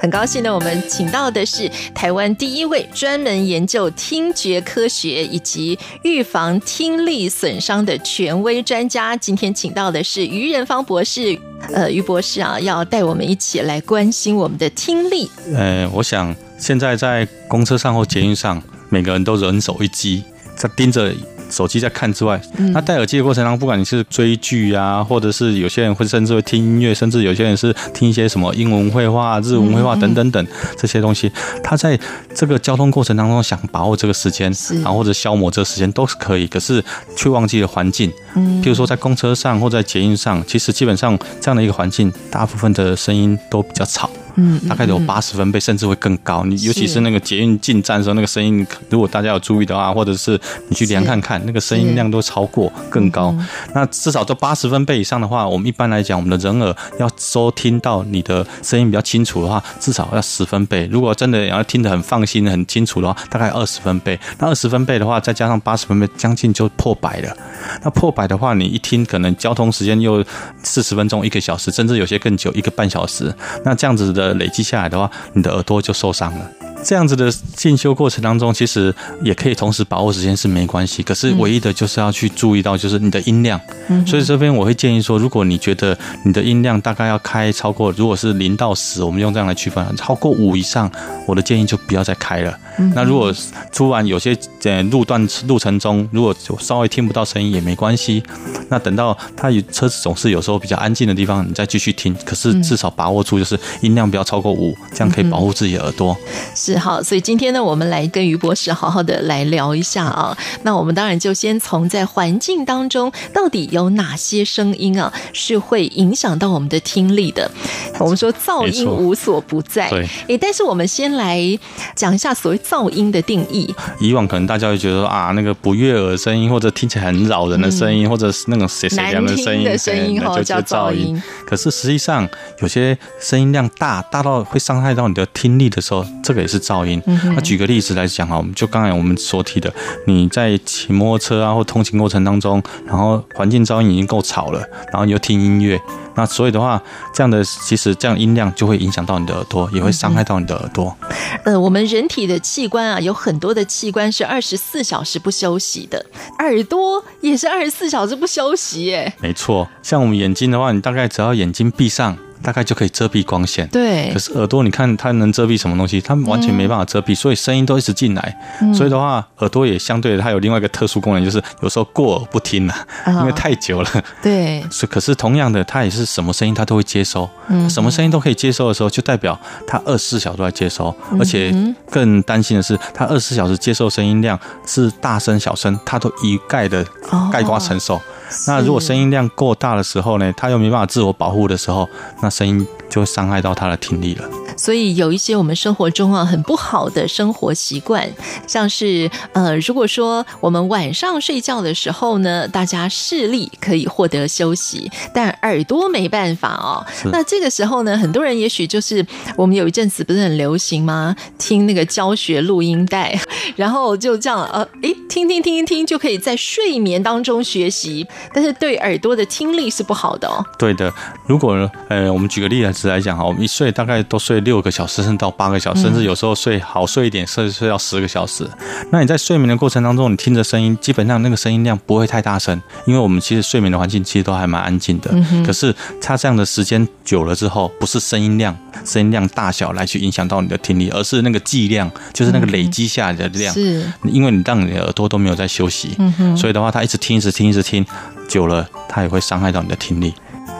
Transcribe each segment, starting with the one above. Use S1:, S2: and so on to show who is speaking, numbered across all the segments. S1: 很高兴呢，我们请到的是台湾第一位专门研究听觉科学以及预防听力损伤的权威专家。今天请到的是于仁芳博士，呃，于博士啊，要带我们一起来关心我们的听力。
S2: 呃，我想现在在公车上或捷运上，每个人都人手一机，在盯着手机在看之外，那戴耳机的过程当中，不管你是追剧啊，或者是有些人会甚至会听音乐，甚至有些人是听一些什么英文绘画、日文绘画等等等这些东西，他在这个交通过程当中想把握这个时间，然后或者消磨这个时间都是可以，可是却忘记了环境。譬如说在公车上或在捷运上，其实基本上这样的一个环境，大部分的声音都比较吵。大概有八十分贝，甚至会更高。你尤其
S1: 是
S2: 是那个捷运进站的时候，那个声音，如果大家有注意的话，或者是你去量看看，那个声音量都超过更高。那至少到八十分贝以上的话，我们一般来讲，我们的人耳要收听到你的声音比较清楚的话，至少要十分贝。如果真的要听得很放心、很清楚的话，大概二十分贝。那二十分贝的话，再加上八十分贝，将近就破百了。那破百的话，你一听可能交通时间又四十分钟、一个小时，甚至有些更久，一个半小时。那这样子的累积下来的话，你的耳朵就受伤了。这样子的进修过程当中，其实也可以同时把握时间是没关系，可是唯一的就是要去注意到就是你的音量。所以这边我会建议说，如果你觉得你的音量大概要开超过，如果是零到十，我们用这样来区分，超过五以上，我的建议就不要再开了。那如果突然有些呃路段路程中，如果稍微听不到声音也没关系，那等到它有车子总是有时候比较安静的地方，你再继续听。可是至少把握住就是音量不要超过五，这样可以保护自己的耳朵。
S1: 是好，所以今天呢，我们来跟于博士好好的来聊一下啊。那我们当然就先从在环境当中，到底有哪些声音啊是会影响到我们的听力的？我们说噪
S2: 没
S1: 音
S2: 错
S1: 无所不在，
S2: 对
S1: 诶，但是我们先来讲一下所谓噪音的定义。
S2: 以往可能大家会觉得说啊，那个不悦耳的声音，或者听起来很扰人的声音，或者是那种谁谁凉的声
S1: 嗯难听
S2: 音，
S1: 的声音
S2: 对
S1: 吼
S2: 就
S1: 叫
S2: 就
S1: 噪
S2: 噪
S1: 音
S2: 音。可是实际上，有些声音量大，大到会伤害到你的听力的时候，这个也是噪
S1: 嗯
S2: 音。那举个例子来讲啊，我们就刚才我们所提的，你在骑摩托车啊或通勤过程当中，然后环境噪音已经够吵了，然后你又听音乐，那所以的话，这样的其实这样音量就会影响到你的耳朵，也会伤害到你的耳朵。
S1: 呃，我们人体的器官啊，有很多的器官是二十四小时不休息的，耳朵也是二十四小时不休息耶。
S2: 没错，像我们眼睛的话，你大概只要眼睛闭上，大概就可以遮蔽光线。
S1: 对
S2: 可，是耳朵，你看它能遮蔽什么东西？它完全没办法遮蔽，所以声音都一直进来。
S1: 嗯
S2: 所以的话，耳朵也相对的它有另外一个特殊功能，就是有时候过耳不听了、
S1: 啊
S2: 因为太久了。
S1: 对，嗯
S2: 所以可是同样的，它也是什么声音它都会接收，什么声音都可以接收的时候，就代表它二十四小时都在接收。
S1: 嗯
S2: 而且更担心的是，它二十四小时接受声音量是大声小声，它都一概的
S1: 哦
S2: 盖瓜承受。那如果声音量过大的时候呢，它又没办法自我保护的时候，那声音就会伤害到它的听力了。
S1: 所以有一些我们生活中啊很不好的生活习惯，像是呃，如果说我们晚上睡觉的时候呢，大家视力可以获得休息，但耳朵没办法哦。那这个时候呢，很多人也许就是我们有一阵子不是很流行吗？听那个教学录音带， 然后就这样呃，诶，听听听一听就可以在睡眠当中学习，但是对耳朵的听力是不好的哦。
S2: 对的，如果呃，我们举个例子来讲哈，我们一睡大概都睡六个小时，甚至到八个小时，甚至有时候睡好睡一点，甚至睡到十个小时。那你在睡眠的过程当中，你听着声音，基本上那个声音量不会太大声，因为我们其实睡眠的环境其实都还蛮安静的。可是它这样的时间久了之后，不是声音量、声音量大小来去影响到你的听力，而是那个剂量，就是那个累积下来的量。
S1: 是
S2: 因为你让你的耳朵都没有在休息，所以的话，它一直听，一直听，一直听，久了，它也会伤害到你的听力。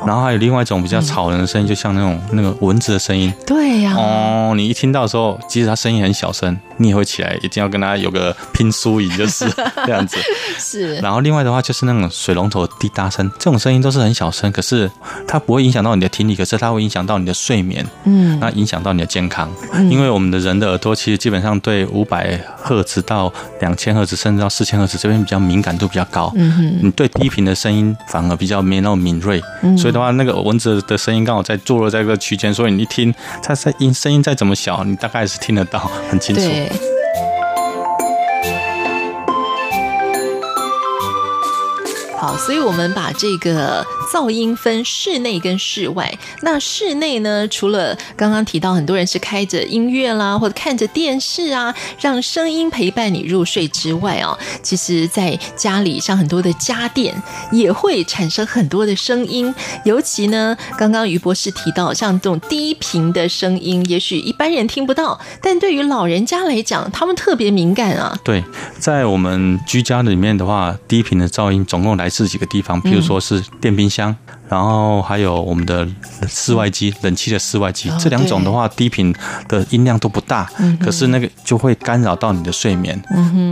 S2: 然后还有另外一种比较吵人的声音，就像那种那个蚊子的声音。
S1: 对呀、
S2: 哦，你一听到的时候，即使它声音很小声，你也会起来，一定要跟它有个拼输赢，就是这样子。
S1: 是
S2: 然后另外的话就是那种水龙头滴答声，这种声音都是很小声，可是它不会影响到你的听力，可是它会影响到你的睡眠，
S1: 嗯，
S2: 那影响到你的健康。因为我们的人的耳朵其实基本上对五百赫兹到两千赫兹，甚至到四千赫兹这边比较敏感度比较高，
S1: 嗯哼，嗯
S2: 你对低频的声音反而比较没那么敏锐，所以的话，那个蚊子的声音刚好在坐落在这个区间，所以你一听它在音声音再怎么小，你大概是听得到很清楚。
S1: 对。好，所以我们把这个噪音分室内跟室外。那室内呢，除了刚刚提到很多人是开着音乐啦，或者看着电视啊，让声音陪伴你入睡之外哦，其实在家里像很多的家电也会产生很多的声音，尤其呢，刚刚于博士提到，像这种低频的声音，也许一般人听不到，但对于老人家来讲，他们特别敏感啊。
S2: 对，在我们居家里面的话，低频的噪音总共来自几个地
S1: 嗯
S2: 方，譬如说是电冰箱，然后还有我们的室外机、冷气的室外机，
S1: 嗯哦嗯
S2: 这两种的话，低频的音量都不大，可是那个就会干扰到你的睡眠。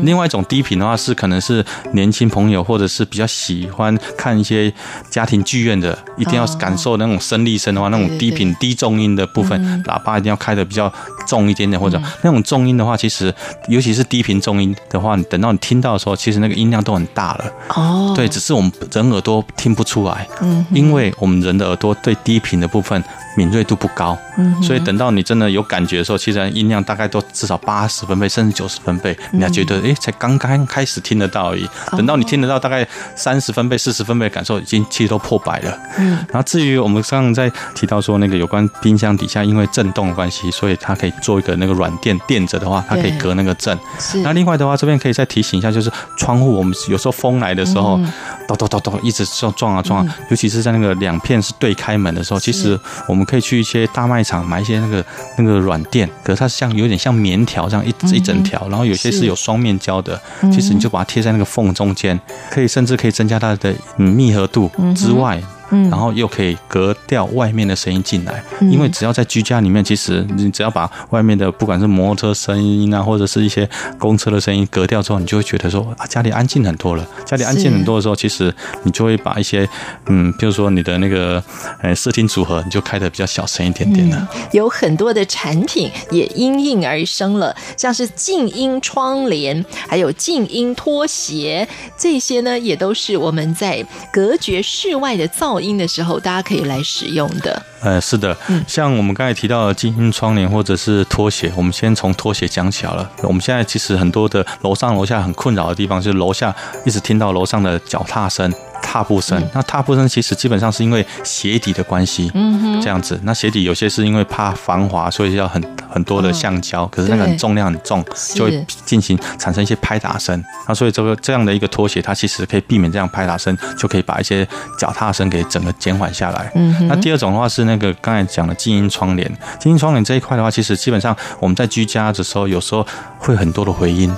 S2: 另外一种低频的话是可能是年轻朋友或者是比较喜欢看一些家庭剧院的，一定要
S1: 哦
S2: 感受那种声力声的话，那
S1: 对嗯对
S2: 种低频低重音的部分，喇叭一定要开的比较重一点点，或
S1: 嗯
S2: 者那种重音的话，其实尤其是低频重音的话，你等到你听到的时候，其实那个音量都很大了。
S1: 哦，嗯
S2: 对，只是我们人耳朵听不出来，因为我们人的耳朵对低频的部分敏锐度不高，
S1: 嗯
S2: 所以等到你真的有感觉的时候，其实音量大概都至少八十分贝甚至九十分贝，你还觉
S1: 嗯
S2: 得诶，才刚刚开始听得到而已。
S1: 哦
S2: 等到你听得到大概三十分贝、四十分贝的感受，已经其实都破百了。
S1: 嗯
S2: 然后至于我们刚刚在提到说那个有关冰箱底下因为震动的关系，所以它可以做一个那个软垫垫着的话，它可以
S1: 对
S2: 隔那个震。
S1: 是
S2: 那另外的话，这边可以再提醒一下，就是窗户，我们有时候风来的时候，咚咚咚咚一直撞撞啊撞啊，尤其是在那个两片是对开门的时候，其实我们可以去一些大卖场买一些那个那个软垫，可是它像有点像棉条这样一一整条，然后有些
S1: 是
S2: 是有双面胶的，其实你就把它贴在那个缝中间，可以甚至可以增加它的嗯密合度之外。然后又可以隔掉外面的声音进来，因为只要在居家里面，其实你只要把外面的不管是摩托车声音啊，或者是一些公车的声音隔掉之后，你就会觉得说啊，家里安静很多了。家里安静很多的时候，其实你就会把一些嗯，比如说你的那个呃视听组合，你就开的比较小声一点点了。
S1: 有很多的产品也因应而生了，像是静音窗帘，还有静音拖鞋，这些呢也都是我们在隔绝室外的噪音的时候，大家可以来使用的。
S2: 呃，是的，像我们刚才提到的精英窗帘或者是拖鞋，我们先从拖鞋讲起好了。我们现在其实很多的楼上楼下很困扰的地方，就是楼下一直听到楼上的脚踏声。踏步声，那踏步声其实基本上是因为鞋底的关系，嗯这样子。那鞋底有些是因为怕防滑，所以要很很多的橡胶，可是那个
S1: 对
S2: 很重量很重，
S1: 是
S2: 就会进行产生一些拍打声。那所以这个这样的一个拖鞋，它其实可以避免这样拍打声，就可以把一些脚踏声给整个减缓下来。
S1: 嗯
S2: 那第二种的话是那个刚才讲的静音窗帘，静音窗帘这一块的话，其实基本上我们在居家的时候，有时候会很多的回音。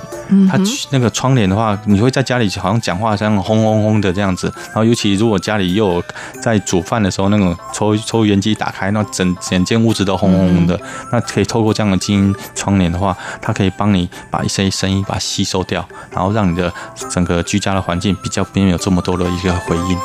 S2: 它那个窗帘的话，你会在家里好像讲话像轰轰轰的这样子，然后尤其如果家里又有在煮饭的时候那种抽抽油烟机打开，那整整间屋子都轰轰轰的，那可以透过这样的静音窗帘的话，它可以帮你把一些声音把它吸收掉，然后让你的整个居家的环境比较没有这么多的一个回音。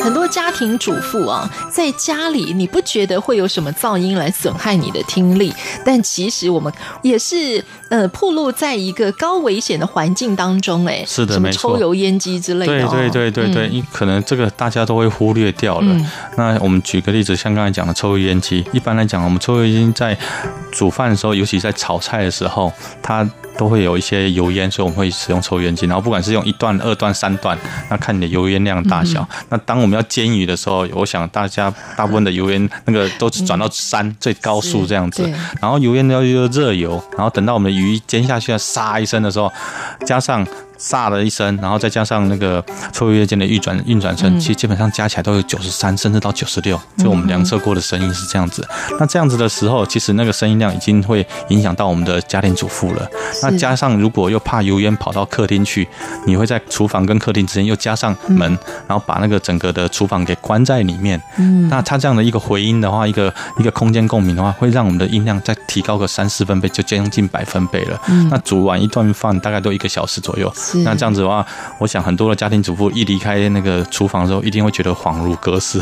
S1: 很多家庭主妇啊，在家里你不觉得会有什么噪音来损害你的听力，但其实我们也是呃，暴露在一个高危险的环境当中、哎，
S2: 是的
S1: 什么
S2: 没错
S1: 抽油烟机之类的、哦，
S2: 对对对对对，因可能这个大家都会忽略掉了。
S1: 嗯
S2: 那我们举个例子，像刚才讲的抽油烟机，一般来讲，我们抽油烟机在煮饭的时候，尤其在炒菜的时候，它。都会有一些油烟，所以我们会使用抽油烟机。然后不管是用一段、二段、三段，那看你的油烟量大小。
S1: 嗯
S2: 那当我们要煎鱼的时候，我想大家大部分的油烟那个都是转到三、最高速这样子
S1: 对。
S2: 然后油烟要用热油，然后等到我们的鱼煎下去了，沙一声的时候，加上炸了一声，然后再加上那个抽油烟间的运转运转声，其实基本上加起来都有九十三，甚至到九十六，就我们量测过的声音是这样子。那这样子的时候，其实那个声音量已经会影响到我们的家庭主妇了。那那加上如果又怕油烟跑到客厅去，你会在厨房跟客厅之间又加上门，
S1: 嗯
S2: 然后把那个整个的厨房给关在里面。嗯，那它这样的一个回音的话，一个一个空间共鸣的话，会让我们的音量再提高个三四分贝，就将近百分贝了。嗯，那煮完一顿饭大概都一个小时左右。
S1: 是
S2: 那这样子的话，我想很多的家庭主妇一离开那个厨房之后，一定会觉得恍如 隔世，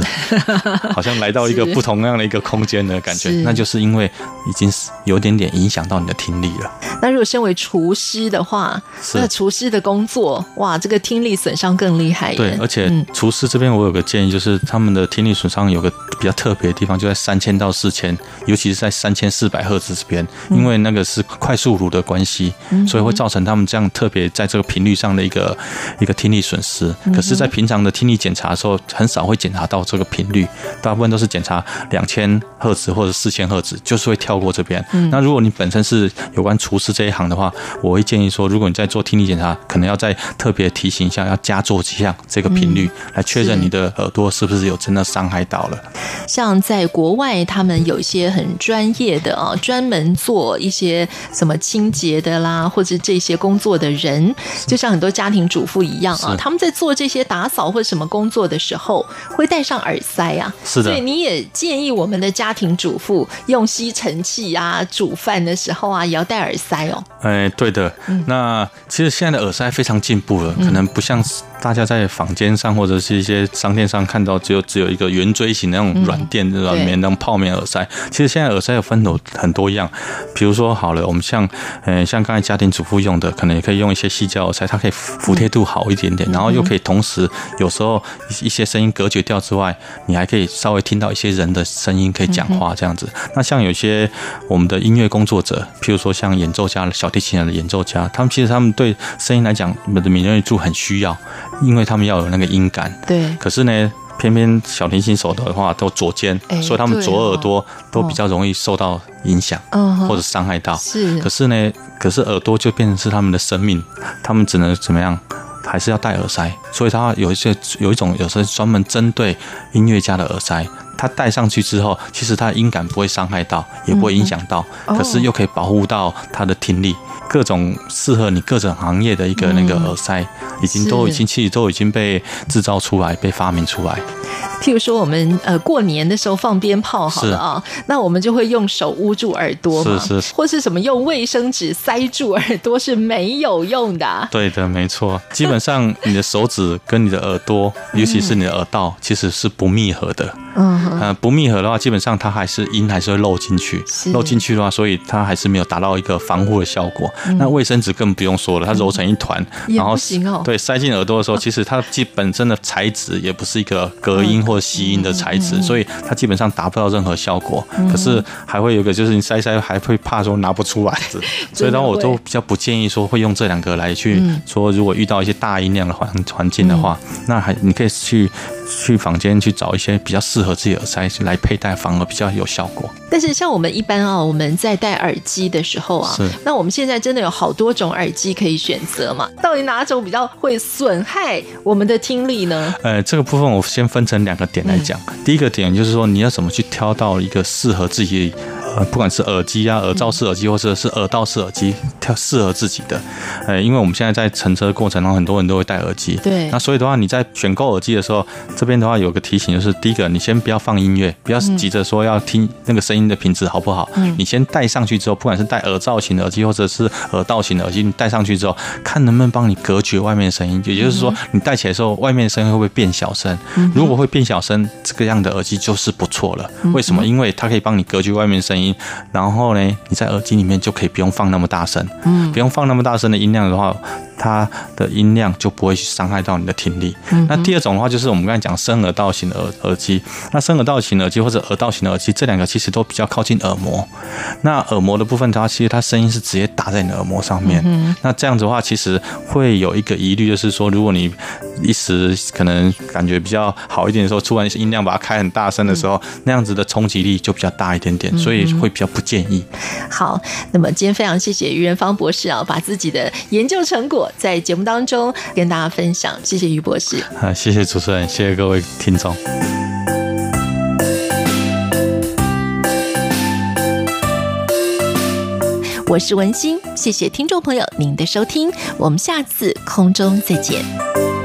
S2: 好像来到一个
S1: 是
S2: 不同样的一个空间的感觉
S1: 是。
S2: 那就是因为已经是有点点影响到你的听力了。
S1: 那如果身为厨师的话，
S2: 是
S1: 那厨师的工作，哇，这个听力损伤更厉害耶。
S2: 对，而且
S1: 嗯
S2: 厨师这边我有个建议，就是他们的听力损伤有个比较特别的地方，就在三千到四千，尤其是在三千四百赫兹这边，因为那个是快速炉的关系，所以会造成他们这样特别在这个频率上的一个一个听力损失。可是，在平常的听力检查的时候，很少会检查到这个频率，大部分都是检查两千赫兹或者四千赫兹，就是会跳过这边。那如果你本身是有关厨师这一行的话，我会建议说，如果你在做听力检查，可能要再特别提醒一下，要加做几项这个频率，来确认
S1: 是
S2: 你的耳朵是不是有真的伤害到了。
S1: 像在国外，他们有一些很专业的啊，专门做一些什么清洁的啦，或者这些工作的人，就像很多家庭主妇一样啊，
S2: 是
S1: 他们在做这些打扫或什么工作的时候，会戴上耳塞啊。
S2: 是的
S1: 所以你也建议我们的家庭主妇用吸尘器啊，煮饭的时候啊，也要戴耳塞哦。
S2: 哎，对的。那其实现在的耳塞非常进步了，可能不像大家在坊间上或者是一些商店上看到只有只有一个圆锥形的那种软垫、软
S1: 对
S2: 棉那种泡棉耳塞。其实现在耳塞有分有很多样，比如说好了，我们像嗯、呃像刚才家庭主妇用的，可能也可以用一些细胶耳塞，它可以服贴度好一点点，然后又可以同时有时候一一些声音隔绝掉之外，你还可以稍微听到一些人的声音，可以讲话这样子。那像有些我们的音乐工作者，譬如说像演奏家、小提琴的演奏家，他们其实他们对声音来讲，我们的敏锐度很需要，因为他们要有那个音感。
S1: 对，
S2: 可是呢，偏偏小提琴手的话都左肩，
S1: 哎
S2: 所以他们左耳朵
S1: 对哦
S2: 都比较容易受到影响、
S1: 嗯哼
S2: 或者伤害到。
S1: 是
S2: 可是呢，可是耳朵就变成是他们的生命，他们只能怎么样？还是要戴耳塞，所以它有一些有一种有时候专门针对音乐家的耳塞，它戴上去之后，其实它的音感不会伤害到，也不会影响到，
S1: 哦
S2: 可是又可以保护到它的听力。各种适合你各种行业的一个那个耳塞，已经
S1: 嗯
S2: 都
S1: 是
S2: 已经其实都已经被制造出来，被发明出来。
S1: 譬如说我们呃过年的时候放鞭炮好了啊，那我们就会用手捂住耳朵嘛，
S2: 是是
S1: 或是什么用卫生纸塞住耳朵是没有用的啊、
S2: 对的，没错。基本上你的手指跟你的耳朵，尤其是你的耳道，其实是不密合的。
S1: 嗯哼，
S2: 呃，不密合的话，基本上它还是音还是会漏进去
S1: 是，
S2: 漏进去的话，所以它还是没有达到一个防护的效果。那卫生纸更不用说了，它揉成一团，
S1: 嗯也
S2: 然后
S1: 不行哦
S2: 对，塞进耳朵的时候，其实它既本身的材质也不是一个隔音或吸音的材质，所以它基本上达不到任何效果。可是还会有一个就是你塞一塞还会怕说拿不出来，所以当我
S1: 真的
S2: 都
S1: 会
S2: 比较不建议说会用这两个来去说，如果遇到一些大音量的环环境的话，那还你可以去去房间去找一些比较适合自己的耳塞去来佩戴，反而比较有效果。
S1: 但是像我们一般啊，我们在戴耳机的时候啊
S2: 是，
S1: 那我们现在真的有好多种耳机可以选择嘛？到底哪种比较会损害我们的听力呢？
S2: 呃，这个部分我先分成两个点来讲。第一个点就是说，你要怎么去挑到一个适合自己，呃，不管是耳机啊、耳罩式耳机，或者是耳道式耳机，挑适合自己的。呃，因为我们现在在乘车的过程中，很多人都会戴耳机。
S1: 对
S2: 那所以的话，你在选购耳机的时候，这边的话有个提醒，就是第一个，你先不要放音乐，不要急着说要听那个声音的品质好不好。你先戴上去之后，不管是戴耳罩型的耳机或者是耳道型的耳机，你戴上去之后，看能不能帮你隔绝外面的声音。也就是说，你戴起来的时候，外面的声音会不会变小声？如果会变小声，这个样的耳机就是不错了。为什么？因为它可以帮你隔绝外面的声音，然后呢，你在耳机里面就可以不用放那么大声。嗯，不用放那么大声的音量的话，它的音量就不会去伤害到你的听力。那第二种的话，就是我们刚才讲深耳道型的耳耳机。那深耳道型耳机或者耳道型的耳机，这两个其实都比较靠近耳膜。那耳膜的部分的话，其实它声音是直接打在你的耳膜上面。那这样子的话，其实会有一个疑虑，就是说，如果你一时可能感觉比较好一点的时候，突然音量把它开很大声的时候，那样子的冲击力就比较大一点点，所以会比较不建议。
S1: 好，那么今天非常谢谢于仁芳博士啊，把自己的研究成果在节目当中跟大家分享，谢谢于博士。
S2: 啊，谢谢主持人，谢谢各位听众。
S1: 我是文心，谢谢听众朋友您的收听，我们下次空中再见。